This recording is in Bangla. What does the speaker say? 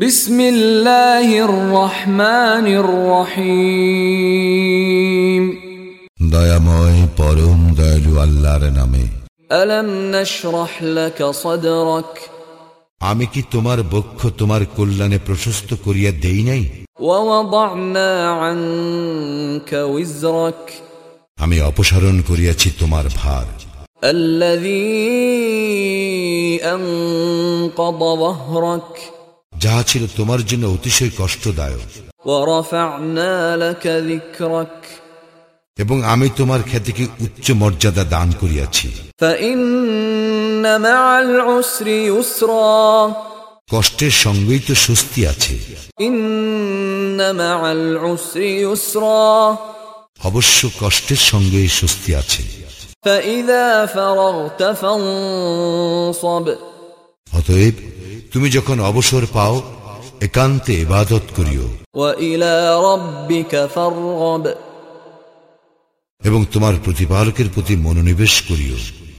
بسم الله الرحمن الرحيم দয়াময় পরম দয়ালু আল্লাহর নামে ألم نشرح لك صدرك আমি কি তোমার বক্ষ তোমার কল্যাণে প্রশস্ত করিয়া দেই নাই ووضعنا عنك وزرك আমি অপসারণ করিয়াছি তোমার ভার الذي أنقض ظهرك যাহা ছিল তোমার জন্য অতিশয় কষ্টদায়ক ورفعنا لك ذكرك এবং আমি তোমার খ্যাতিকে উচ্চ মর্যাদা দান করিয়াছি فإن مع العسر يسرا কষ্টের সঙ্গেই তো স্বস্তি আছে إن مع العسر يسرا অবশ্য কষ্টের সঙ্গেই স্বস্তি আছে فإذا فرغت فانصب অতএব তুমি যখন অবসর পাও একান্তে ইবাদত করিও وإلى ربك فارغب এবং তোমার প্রতিপালকের প্রতি মনোনিবেশ করিও